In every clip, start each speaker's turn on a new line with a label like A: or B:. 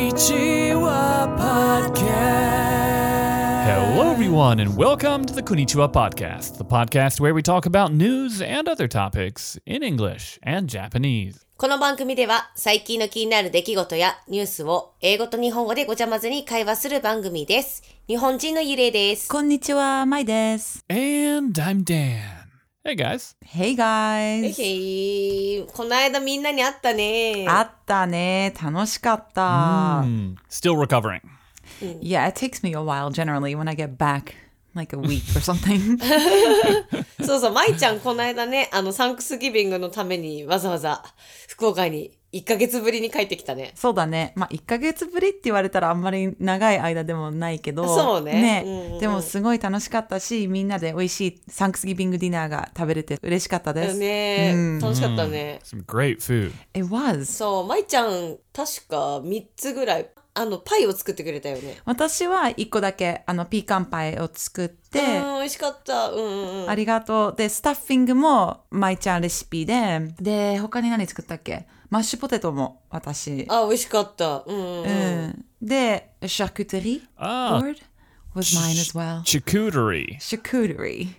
A: Konnichiwa Podcast.
B: Hello, everyone, and welcome to the Konnichiwa Podcast, the podcast where we talk about news and other topics in English and Japanese.
C: この番組では最近の気になる出来事やニュースを英語と日本語でごちゃ混ぜに会話する番組です。日本人のゆれです。
D: こんにちは、まいです。
B: And I'm Dan. Hey, guys.
D: Hey
C: え
D: guys!
C: へいこの間みんなに会ったね。
D: あったね。楽しかった。
B: Hmm, still recovering.
D: Yeah, it takes me a while generally when I get back. Like a week or something.
C: そうそう、まいちゃんこの間ね、あの、サンクスギビングのためにわざわざ福岡に1ヶ月ぶりに帰ってきたね。
D: そうだね。まあ、1ヶ月ぶりって言われたらあんまり長い間でもないけど。
C: そうねうんうんうん
D: でもすごい楽しかったし、みんなで美味しいサンクスギビングディナーが食べれて嬉しかったです。
C: ね、楽しかったね。
B: Some great food.
D: It was.
C: そう、まいちゃん、確か3つぐらい、あの、パイを作ってくれたよね。
D: 私は1個だけあのピーカンパイを作って、
C: うん、美味しかった。うんうんうん。
D: ありがとう。で、スタッフィングも、まいちゃんレシピで、で、他に何作ったっけマッシュポテトも、私。
C: あ、美味しかった。うんうん、うん。
D: うん。で、シャクテリ
B: あ
D: board was mine as well.
B: Charcuterie.
D: シャクテリ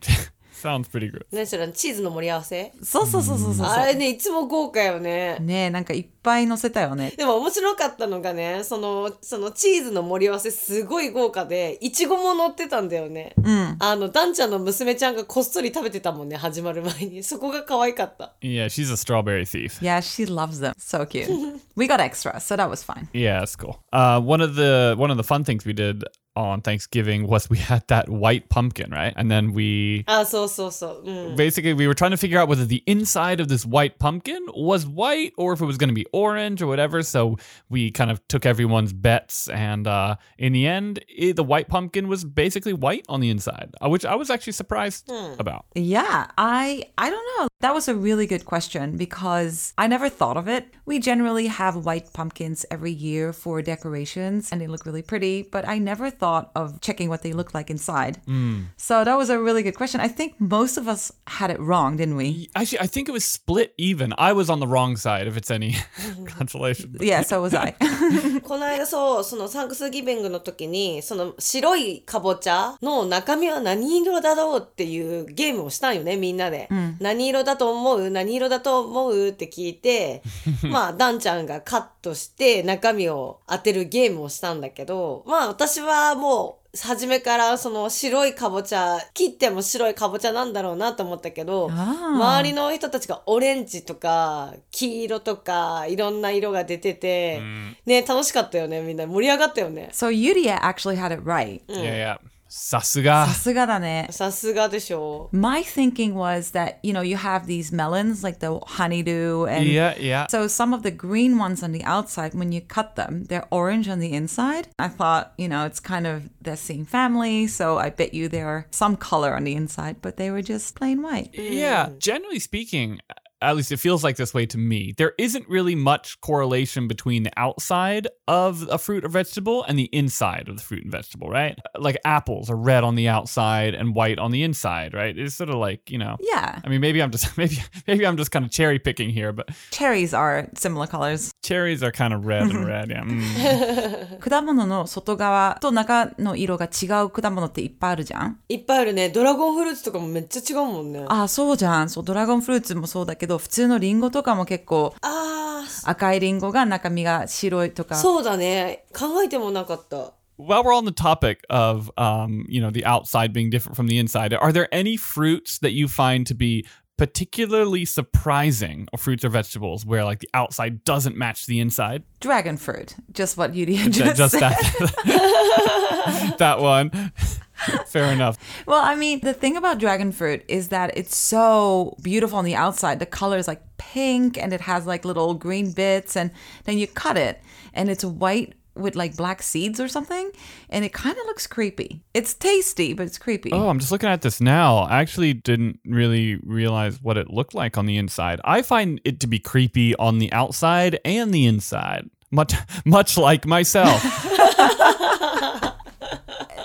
B: Sounds pretty good.
C: 何それチーズの盛り合わせ
D: そうそうそうそうそう。
C: あれねいつも豪華よね
D: ねえ、なんかいっぱい乗せたよね。
C: でも面白かったのがねそのそのチーズの盛り合わせすごい豪華でいちごも乗ってたんだよね、
D: ん
C: あのダンちゃんの娘ちゃんがこっそり食べてたもんね始まる前にそこが可愛かった
B: Yeah, she's a strawberry thief.
D: Yeah, she loves them. So cute. We got extra, so that was fine.
B: Yeah, that's cool. Uh, one of the one of the fun things we did on Thanksgiving was we had that white pumpkin, right? And then we
C: あそうそうそううん
B: basically we were trying to figure out whether the inside of this white pumpkin was white or if it was going to be orange or whatever so we kind of took everyone's bets and uh, in the end i the white pumpkin was basically white on the inside uh, which i was actually surprised about
D: Yeah, I I don't know. That was a really good question because I never thought of it. We generally have white pumpkins every year for decorations and they look really pretty, but I never thought of checking what they look like inside. So that was a really good question. I think most of us had it wrong, didn't we?
B: actually i think it was split even i was on the wrong side if it's any consolation
D: Yeah, so was I.
C: この間そうそのサンクスギビングの時にその白いかぼちゃの中身は何色だろうっていうゲームをしたんよねみんなで、何色だと思う何色だと思うって聞いてまあダンちゃんがカットして中身を当てるゲームをしたんだけどまあ私はもう初めからその白いかぼちゃ切っても白いかぼちゃなんだろうなと思ったけど周りの人たちがオレンジとか黄色とかいろんな色が出てて、ね楽しかったよねみんな盛り上がったよね
D: so Yuria actually had it right.
B: yeah yeah sasuga
D: Sasugadane.
C: さすがでしょ
D: My thinking was that, you know, you have these melons like the honeydew and
B: yeah yeah
D: So some of the green ones on the outside, when you cut them, they're orange on the inside. I thought, you know, it's kind of the same family, so I bet you there are some color on the inside, but they were just plain white.
B: Yeah, generally speaking, at least it feels like this way to me. There isn't really much correlation between the outside of a fruit or vegetable and the inside of the fruit and vegetable, right? Like apples are red on the outside and white on the inside, right? It's sort of like, you know.
D: Yeah,
B: I mean, maybe I'm just maybe maybe I'm just kind of cherry picking here, but
D: cherries are similar colors.
B: cherries are kind of red and red. Yeah. mm.
D: 果物の外側と中の色が違う果物っていっぱいあるじゃん
C: ういっぱいあるねドラゴンフルーツとかもめっちゃ違うもんねあ
D: あ、そうじゃん。そう、ドラゴンフルーツもそうだけど、普通のリンゴとかも結構
C: あ
D: 赤いリンゴが中身が白いとか
C: ー。そうだね考えてもなかった。
B: While we're on the topic of, um, you know, the outside being different from the inside, are there any fruits that you find to be particularly surprising, or fruits or vegetables where like the outside doesn't match the inside?
D: Dragon fruit. Just what you did
B: Ju-
D: just,
B: Just
D: said.
B: that, that one. Fair enough.
D: Well, I mean, the thing about dragon fruit is that it's so beautiful on the outside. The color is like pink and it has like little green bits, and then you cut it and it's white with like black seeds or something, and it kind of looks creepy. It's tasty, but it's creepy.
B: Oh, I'm just looking at this now. I actually didn't really realize what it looked like on the inside. I find it to be creepy on the outside and the inside, much much like myself.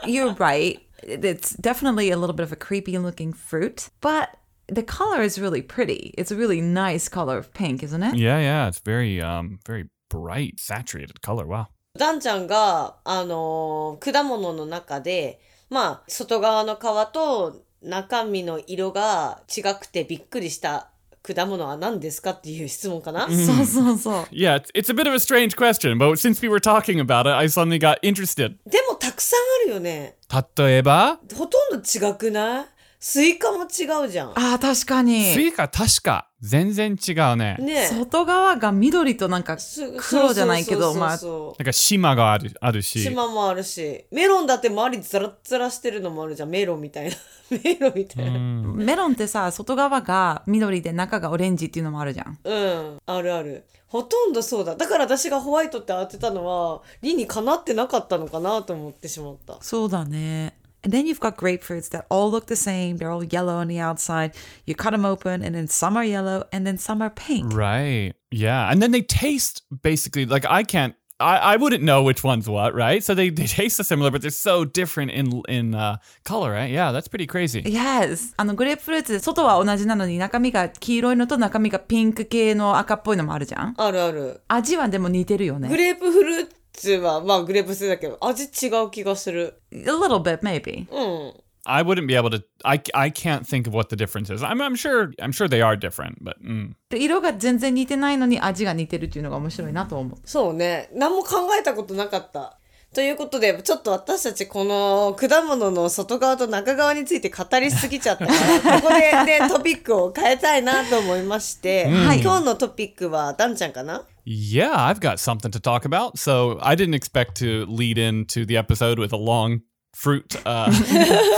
D: You're right. It- It's definitely a little bit of a creepy looking fruit, but the color is really pretty. It's a really nice color of pink, isn't it?
B: Yeah, yeah, it's very um very bright, saturated color. Wow.
C: ダンちゃんが、あのー果物の中で、まあ、外側の皮と中身の色が違くてびっくりした果物は何ですかっていう質問かな、
D: そうそうそう。
B: Yeah, it's, it's a bit of a strange question, but since we were talking about it, I suddenly got interested.
C: でもたくさんあるよね。
B: 例えば、
C: ほとんど違くないスイカも違うじゃん。
D: ああ、Ah, 確かに。
B: スイカ確か全然違うね。
C: ねえ。
D: 外側が緑となんか
C: す
D: 黒じゃないけど、
C: そうそう
D: ま
C: そう
D: あ、
C: そう
B: なんか島がある,あるし。
C: 島もあるしメロンだって周りザラッザラしてるのもあるじゃんメロンみたいな メロンみたいな
D: メロンってさ、外側が緑で中がオレンジっていうのもあるじゃん。
C: うんあるあるほとんどそうだだから私がホワイトって当てたのは理にかなってなかったのかなと思ってしまった
D: そうだね。And then you've got grapefruits that all look the same. They're all yellow on the outside. You cut them open, and then some are yellow, and then some are pink.
B: Right. Yeah. And then they taste basically like I can't I, I wouldn't know which one's what, right? So they, they taste similar, but they're so different in in uh, color, right? Yeah, that's pretty crazy.
D: Yes. あの、グレープフルーツで外は同じなのに中身が黄色いのと中身がピンク系の赤っぽいのもあるじゃん。
C: あるある
D: 味はでも似てるよね。
C: グレープフルーツはまあグレープ酢だけど味違う気がする
D: A little bit, maybe.
C: うん
B: I wouldn't be able to. I, I can't think of what the difference is. I'm I'm sure I'm sure they are different, but mm.
D: で色が全然似てないのに味が似てるっていうのが面白いなと思う。
C: そうね何も考えたことなかったということでちょっと私たちこの果物の外側と中側について語りすぎちゃったからここで、ね、トピックを変えたいなと思いまして、
D: はい
C: 今日のトピックはダンちゃんかな
B: yeah, I've got something to talk about. So I didn't expect to lead into the episode with a long fruit uh,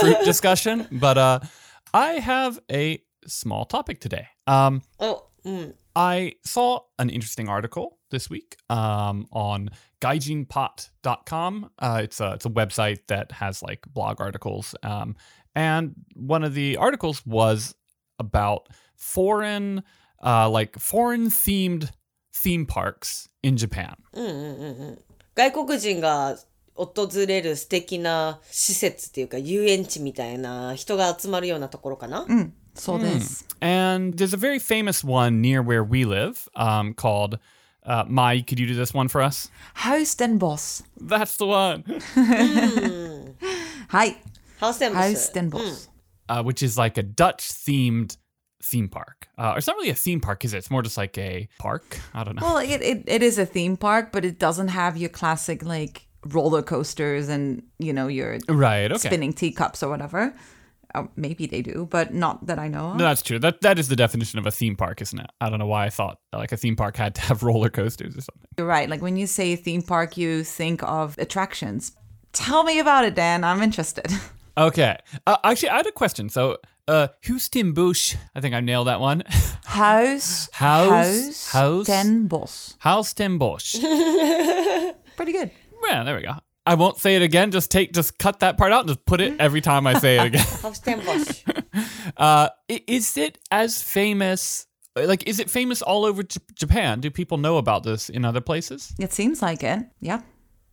B: fruit discussion, but uh, I have a small topic today. Um,
C: おうん、
B: I saw an interesting article this week um, on gaijinpot.com. Uh, it's a it's a website that has like blog articles, um, and one of the articles was about foreign, uh, like foreign themed theme parks in Japan.
C: うんうんうんうん外国人が訪れる素敵な施設っていうか遊園地みたいな人が集まるようなところかな、
D: うん、そうです。
B: And there's a very famous one near where we live um, called. Uh, Mai, could you do this one for us?
D: House and Boss。
B: That's the one.
D: はい。
C: ハウステンボ
D: House
C: ス
D: and Boss。
B: uh, which is like a Dutch themed theme park. Uh, or it's not really a theme park, is it? It's more just like a park. I don't know.
D: Well, it, it, it is a theme park, but it doesn't have your classic like roller coasters and you know your
B: right. Okay.
D: spinning teacups or whatever. Uh, maybe they do, but not that I know of.
B: No, that's true. That that is the definition of a theme park, isn't it? I don't know why I thought like a theme park had to have roller coasters or something.
D: You're right. Like when you say theme park, you think of attractions. Tell me about it, Dan. I'm interested.
B: Okay. Uh, actually, I had a question. So, uh, Houstonbush, I think I nailed that one.
D: House,
B: House, house.
D: ten boss.
B: Houstonbush.
D: Pretty good.
B: yeah, there we go. I won't say it again. Just take, just cut that part out and just put it every time I say it again.
C: ハウステンボス
B: Uh, i- is it as famous? Like, is it famous all over J- Japan? Do people know about this in other places?
D: It seems like it. Yeah.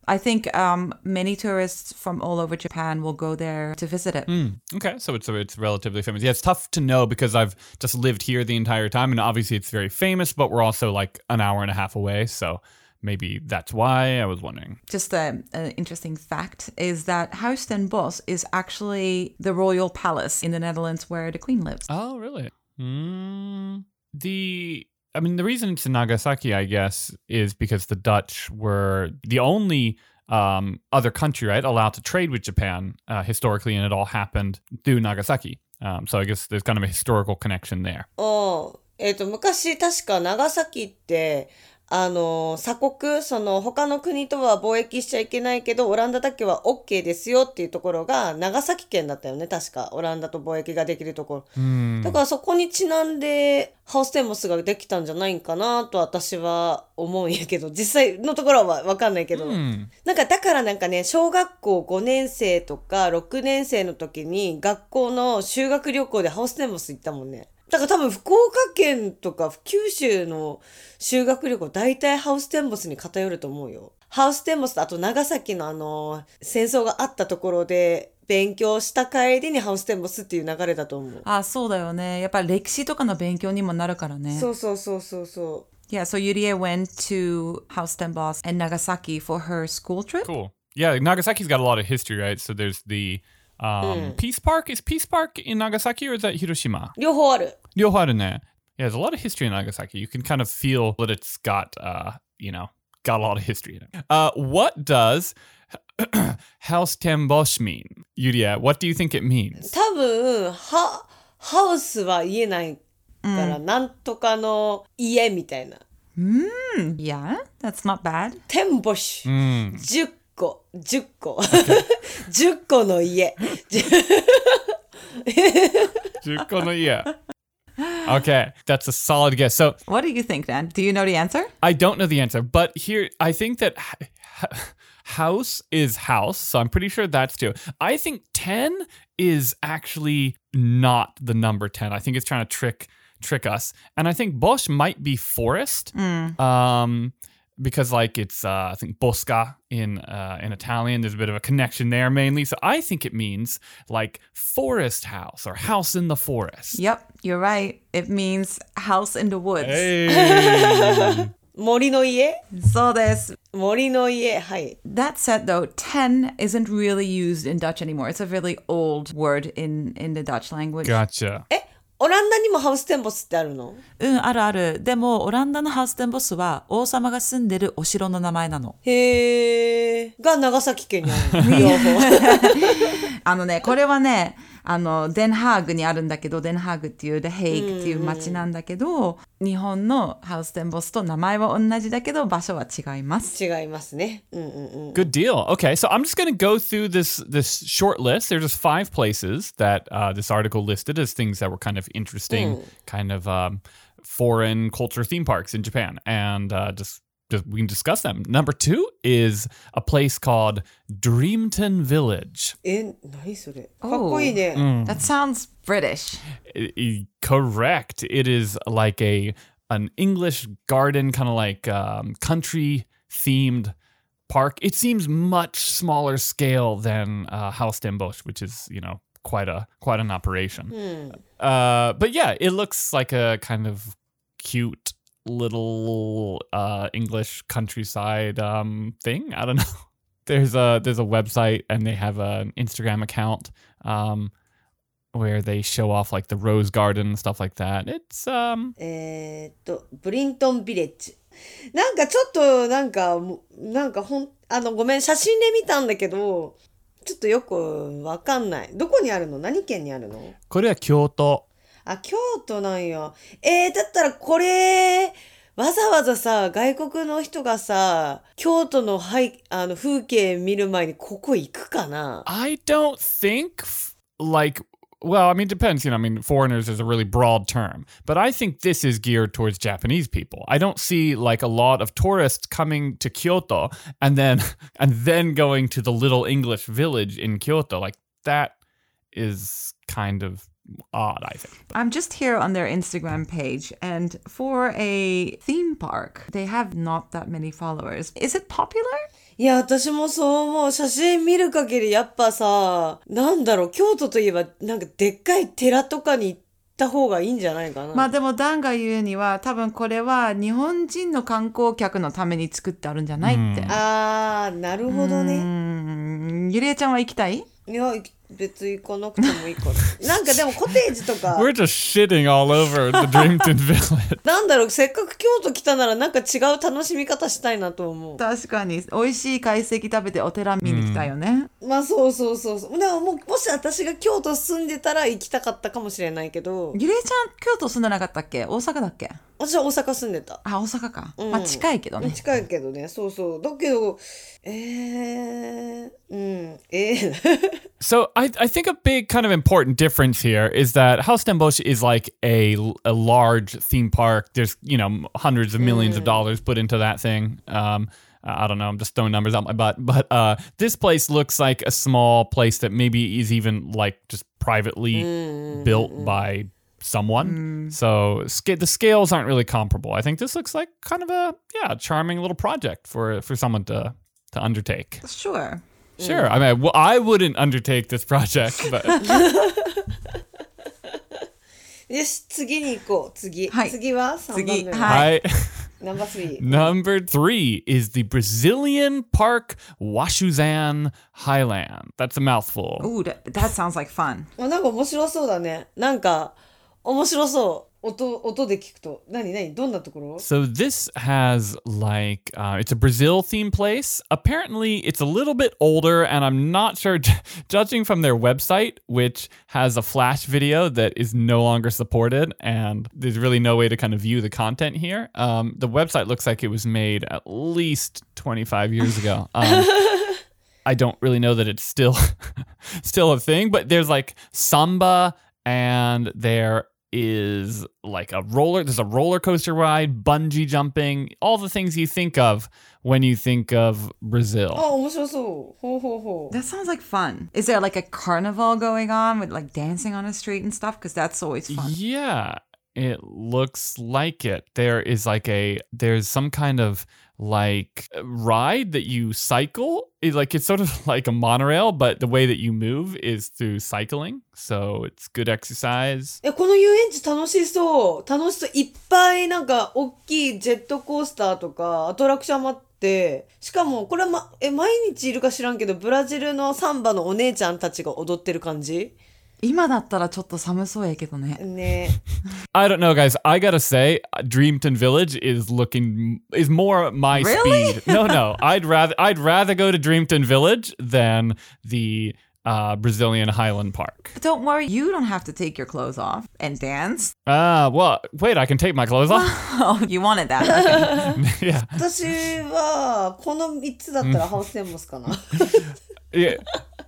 D: I think um, many tourists from all over Japan will go there to visit it.
B: Hmm, Okay, so it's so it's relatively famous. Yeah, it's tough to know because I've just lived here the entire time, and obviously it's very famous. But we're also like an hour and a half away, so maybe that's why I was wondering.
D: just a, an interesting fact is that Huis ten Bosch is actually the royal palace in the Netherlands where the queen lives.
B: Oh, really? Mm, the I mean, the reason it's in Nagasaki, I guess, is because the Dutch were the only um, other country, right, allowed to trade with Japan uh, historically, and it all happened through Nagasaki. Um, so I guess there's kind of a historical connection there.
C: おうえっ、と、昔確か長崎って、あの、鎖国、その他の国とは貿易しちゃいけないけど、オランダだけは OK ですよっていうところが長崎県だったよね、確か。オランダと貿易ができるところ。だからそこにちなんで、ハウステンボスができたんじゃないんかなと私は思うんやけど、実際のところはわかんないけど。なんかだからなんかね、小学校5年生とか6年生の時に学校の修学旅行でハウステンボス行ったもんね。だから多分福岡県とか九州の修学旅行大体ハウステンボスに偏ると思うよ。ハウステンボスとあと長崎のあの戦争があったところで勉強した帰りにハウステンボスっていう流れだと思う。
D: Ah, あそうだよね。やっぱり歴史とかの勉強にもなるからね。
C: そうそうそうそうそう。
D: Yeah, so Yurie went to House Tenbos and Nagasaki for her school trip.
B: Cool. Yeah, Nagasaki's got a lot of history, right? So there's the um, Peace Park. Is Peace Park in Nagasaki or is that Hiroshima?
C: 両方ある
B: Yoharune. Yeah, there's a lot of history in Nagasaki. You can kind of feel that it's got, uh, you know, got a lot of history in it. Uh, what does House Tembosh mean? Yuria, what do you think it means?
C: 多分ハハウスは言えないから、なんとかの家みたいな
D: Hmm, Yeah, that's not bad.
C: テンボシュ、
B: Hmm.
C: 10個10個 10個の家
B: Juko no Ie. Okay, that's a solid guess. So
D: What do you think, Dan? Do you know the answer?
B: I don't know the answer, but here I think that h- h- house is house, so I'm pretty sure that's two. I think 10 is actually not the number 10. I think it's trying to trick trick us. And I think Bosch might be forest. Um because like it's uh, I think bosca in uh, in Italian, there's a bit of a connection there mainly. So I think it means like forest house or house in the forest.
D: Yep, you're right. It means house in the woods.
B: Hey.
C: 森の家
D: So this
C: 森の家はい
D: that said though, ten isn't really used in Dutch anymore. It's a really old word in in the Dutch language.
B: gotcha.
C: えオランダにもハウステンボスってあるの
A: うん、あるある。でも、オランダのハウステンボスは、王様が住んでるお城の名前なの。
C: へえが長崎県にあ るの両方
D: あのね、これはね、あの、デンハーグにあるんだけど、デンハーグっていう、デヘイグっていう街なんだけど、日本のハウステンボスと名前は同じだけど、場所は違います。
C: 違いますねうんうんうん
B: Good deal. Okay, so I'm just going to go through this this short list. There's just five places that uh, this article listed as things that were kind of interesting, kind of um, foreign culture theme parks in Japan, and uh, just. just- We can discuss them. Number two is a place called Dreamton Village.
C: え何それかっこいいね、
D: That sounds British.
B: I- I- E, correct. It is like a an English garden, kind of like um, country themed park. It seems much smaller scale than uh, House Bosch, which is you know quite a quite an operation. Uh, but yeah, it looks like a kind of cute little uh, English countryside um, thing. I don't know. There's a there's a website and they have an Instagram account. Um, where they show off like the rose garden and stuff like that. It's um
C: えーっとブリントンビレッジなんかちょっとなんかもなんかほんあのごめん写真で見たんだけどちょっとよくわかんないどこにあるの何県にあるの
B: Korea Kyoto.
C: あ京都なんやえー、だったらこれわざわざさ外国の人がさ京都の,、はい、あの風景見る前にここ行くかな
B: I don't think f- like well, I mean, depends. You know, I mean, foreigners is a really broad term, but I think this is geared towards Japanese people. I don't see like a lot of tourists coming to Kyoto and then and then going to the little English village in Kyoto. Like that is kind of odd. I think.
D: I'm just here on their Instagram page, and for a theme park, they have not that many followers. Is it popular?
C: いや私もそう思う写真見る限りやっぱさなんだろう京都といえばなんかでっかい寺とかに行った方がいいんじゃないかな、
D: まあでもダンが言うには多分これは日本人の観光客のために作ってあるんじゃないって。
C: あーなるほど
D: う
C: ね
D: ん、ゆりえちゃんは行きたい
C: いや別に行かなくてもいいからなんかでもコテージとか
B: We're just shitting all over the Dreamton village.
C: なんだろうせっかく京都来たならなんか違う楽しみ方したいなと思
D: 確かに美味しい懐石食べてお寺見に来たいよね、
C: うまあそうそうそうそうでももうもし私が京都住んでたら行きたかったかもしれないけど
D: ゆりえちゃん京都住んでなかったっけ大阪だっけ
C: 私は大阪住んでた
D: あ大阪か、まあ近いけ どね
C: 近いけどねそうそうだけどえー、うんえー、
B: So I, I think a big kind of important difference here is that House Bosch is like a, a large theme park. There's you know hundreds of millions of dollars put into that thing. Um, I don't know. I'm just throwing numbers out my butt, but uh, this place looks like a small place that maybe is even like just privately built by someone. So sca- the scales aren't really comparable. I think this looks like kind of a yeah charming little project for for someone to to undertake.
D: Sure
B: Sure. I mean, I w- I wouldn't undertake this project, but
C: よし、次に行こう。次。
D: はい
C: 次は3番目
D: 次
C: は。
D: はい
B: はい。
C: ナンバ ー3。
B: Number three is the Brazilian Park Washuzan Highland. That's a mouthful.
D: Ooh, that, that sounds like fun.
C: あなんか面白そうだね。なんか、面白そう。音、音で聞くと。何何どんなところ
B: So this has like uh, it's a Brazil themed place. Apparently, it's a little bit older, and I'm not sure. judging from their website, which has a flash video that is no longer supported, and there's really no way to kind of view the content here. Um, the website looks like it was made at least 25 years ago. Um, I don't really know that it's still still a thing, but there's like samba and there is like a roller there's a roller coaster ride, bungee jumping, all the things you think of when you think of
C: あ、
D: Oh,
B: Brazil.
C: 面白そう。ほうほうほう。
D: That sounds like fun. Is there like a carnival going on with like dancing on the street and stuff? Because that's always fun.
B: Yeah, it looks like it. There is like a there's some kind of like ride that you cycle. It, like it's sort of like a monorail, but the way that you move is through cycling. So it's good exercise.
C: え、この遊園地楽しそう。楽しそう。いっぱいなんか、大きいジェットコースターとか、アトラクションもあって、しかも、これはま、え、毎日いるか知らんけど、ブラジルのサンバのお姉ちゃんたちが踊ってる感じ
D: 今だったらちょっと寒そうやけどね。
C: ね。
B: I don't know, guys. I gotta say, Dreamton Village is looking is more my
D: Really?
B: speed. No, no. I'd rather I'd rather go to Dreamton Village than the uh, Brazilian Highland Park.
D: But don't worry, you don't have to take your clothes off and dance.
B: Ah, well, wait. I can take my clothes off.
D: Oh, you wanted that. Okay.
B: yeah.
C: 私は、この3つだったらハウステンボスかな。
B: yeah.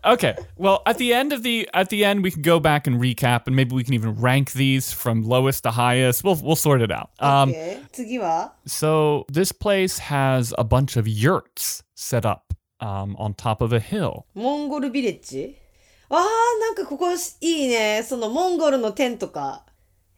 B: Okay. Well, at the end of the at the end, we can go back and recap, and maybe we can even rank these from lowest to highest. We'll we'll sort it
C: Oh,
B: out. Um.
C: 次は
B: So this place has a bunch of yurts set up um, on top of a hill.
C: モンゴルビレッジあーなんかここしいいねそのモンゴルのテントか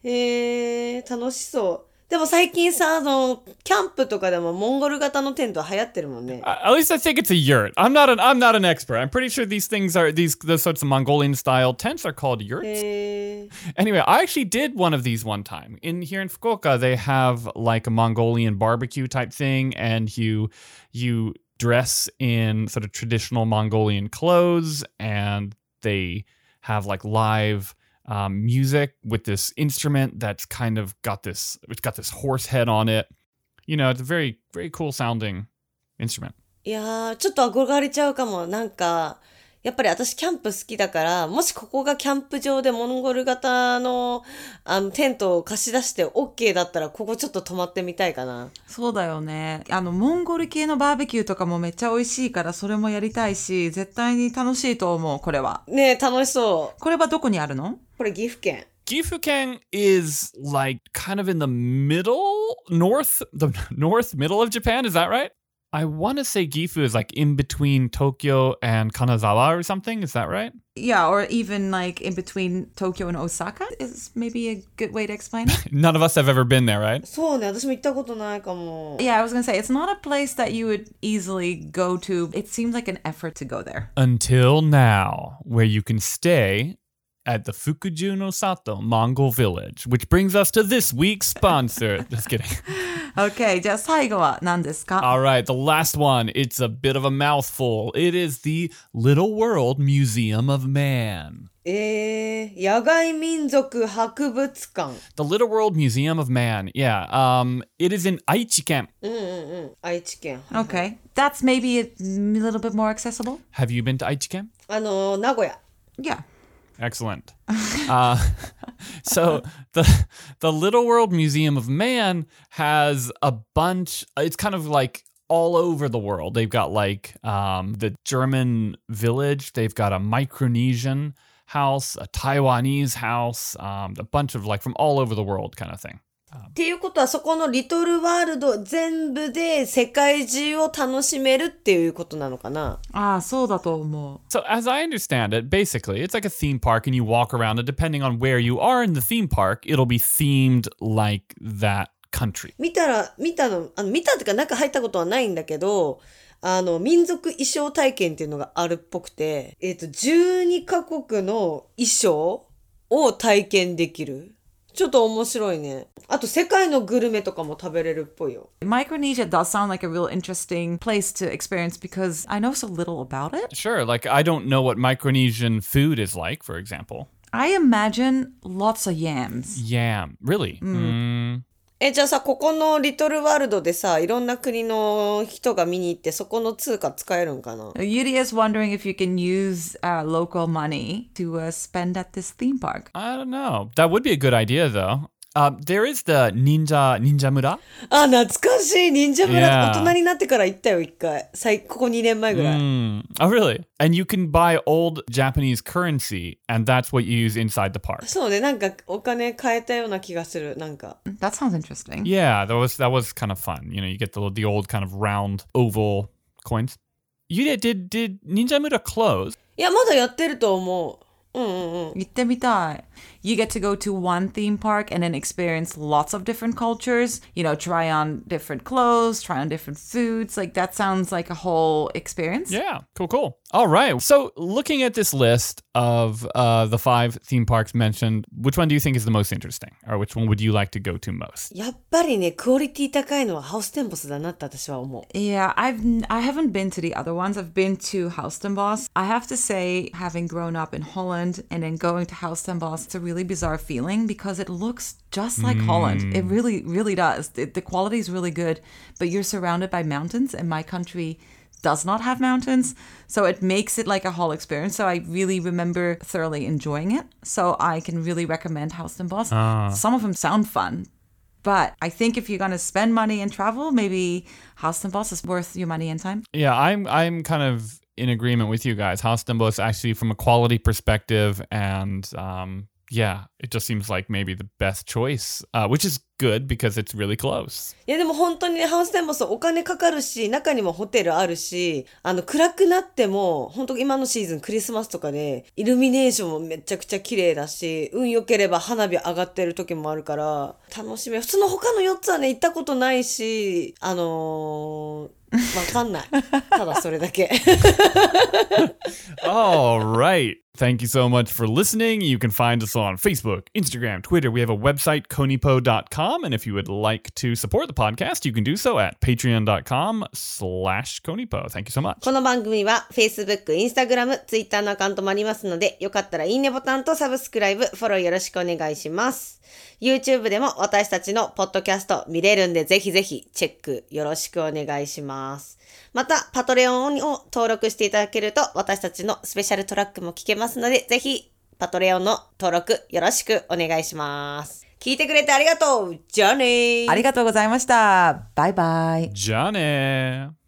C: へえ楽しそうでも最近さあのキャンプとかでもモンゴル型のテント流行ってるもんね
B: Uh, At least I think it's a yurt. I'm not an I'm not an expert. I'm pretty sure these things are these those sorts of Mongolian style tents are called yurts.
C: へえ
B: Anyway, I actually did one of these one time. In here in Fukuoka, they have like a Mongolian barbecue type thing, and you you dress in sort of traditional Mongolian clothes, and they have like live um, music with this instrument that's kind of got this it's got this horse head on it. You know, it's a very very cool sounding instrument.
C: いやーちょっと憧れちゃうかもなんかやっぱり私キャンプ好きだからもしここがキャンプ場でモンゴル型のあのテントを貸し出して OK だったらここちょっと泊まってみたいかな
D: そうだよね。あの、モンゴル系のバーベキューとかもめっちゃ美味しいから、それもやりたいし、絶対に楽しいと思う、これは。
C: ねえ楽しそう
D: これはどこにあるの
C: これ岐阜県
B: Gifuken is like kind of in the middle, north, the north middle of Japan. Is that right? I want to say Gifu is like in between Tokyo and Kanazawa or something. Is that right?
D: Yeah, or even like in between Tokyo and Osaka is maybe a good way to explain it.
B: None of us have ever been there, right?
C: そうね、私も行ったことないかも。
D: yeah, I was gonna say, it's not a place that you would easily go to. It seems like an effort to go there.
B: Until now, where you can stay at the Fukuju no Sato Mongol Village, which brings us to this week's sponsor. Just kidding.
D: Okay, じゃあ最後は何ですか
B: All right, the last one. It's a bit of a mouthful. It is the Little World Museum of Man.
C: えー、野外民族博物館。
B: The Little World Museum of Man. Yeah. Um, it is in Aichiken.
C: うんうんうん、愛知県。
D: Okay, that's maybe a little bit more accessible.
B: Have you been to Aichiken?
C: あのー、名古屋。
D: Yeah.
B: Excellent. uh, so the the Little World Museum of Man has a bunch. It's kind of like all over the world. They've got like um, the German village. They've got a Micronesian house, a Taiwanese house, um, a bunch of like from all over the world kind of thing.
C: っていうことは、そこのリトルワールド全部で世界中を楽しめるっていうことなのかな。
D: ああ、そうだと思う。
B: So, as I understand it, basically, it's like a theme park, and you walk around, and depending on where you are in the theme park, it'll be themed like that country.
C: 見たら、見たの、あの見たっていうか中入ったことはないんだけど、あの、民族衣装体験っていうのがあるっぽくて、えっ、と、12カ国の衣装を体験できる。ちょっと面白いね。あと、世界のグルメとかも食べれるっぽいよ。
D: Micronesia does sound like a real interesting place to experience because I know so little about it.
B: Sure, like I don't know what Micronesian food is like, for example.
D: I imagine lots of yams.
B: Yam, really? Mm.
C: え、じゃあさ、ここのリトルワールドでさ、いろんな国の人が見に行って、そこの通貨使えるんかな
D: Yuri is wondering if you can use uh, local money to uh, spend at this theme park.
B: I don't know. That would be a good idea, though. Um, there is the ninja ninja mura.
C: あ、懐かしい忍者村
B: Yeah.
C: 大人になってから行ったよ、一回。最、ここ2年前ぐらい。
B: Mm. Oh, really? And you can buy old Japanese currency, and that's what you use inside the park.
C: そうね、なんかお金変えたような気がする、なんか。
D: That sounds interesting.
B: Yeah, that was that was kind of fun. You know, you get the the old kind of round oval coins. You did did, did Ninja Muda close?
C: いや、まだやってると思う。うんうんうん。
D: 行ってみたい. You get to go to one theme park and then experience lots of different cultures. You know, try on different clothes, try on different foods. Like that sounds like a whole experience.
B: Yeah, cool, cool. All right. So, looking at this list of uh, the five theme parks mentioned, which one do you think is the most interesting, or which one would you like to go to most?
C: やっぱりね、クオリティ高いのはハウステンボスだなって私は思う。
D: Yeah, I've n- I haven't been to the other ones. I've been to Haustenbos. I have to say, having grown up in Holland and then going to Haustenbos, it's a really bizarre feeling because it looks just like Holland. It really, really does. The, the quality is really good, but you're surrounded by mountains, and my country does not have mountains, so it makes it like a whole experience. So I really remember thoroughly enjoying it. So I can really recommend Haustenbos. Some of them sound fun, but I think if you're going to spend money and travel, maybe House and Boss is worth your money and time.
B: Yeah, I'm I'm kind of in agreement with you guys. House Dumbos actually, from a quality perspective, and um, yeah, it just seems like maybe the best choice, uh, which is good because it's really close.
C: いやでも本当にねハウステンボスお金かかるし、中にもホテルあるし、あの暗くなっても、本当今のシーズンクリスマスとかで、イルミネーションもめちゃくちゃ綺麗だし、運良ければ花火上がってる時もあるから、楽しめ。普通の他の4つはね、行ったことないし、あのー、わかんない。ただそれだけ。
B: All right. Thank you so much for listening. You can find us on Facebook, Instagram, Twitter. We have a website, conipo.com. And if you would like to support the podcast, you can do so at patreon.com slash conipo. Thank you so much.
C: この番組は Facebook、Instagram、Twitter のアカウントもありますので、よかったらいいねボタンとサブスクライブ、フォローよろしくお願いします。YouTube でも私たちのポッドキャスト見れるんで、ぜひぜひチェックよろしくお願いします。また、パトレオンを登録していただけると、私たちのスペシャルトラックも聞けますので、ぜひ、パトレオンの登録よろしくお願いします。聞いてくれてありがとうじゃあねー
D: Arigatou gozaimashita. Bye bye.
B: Johnny.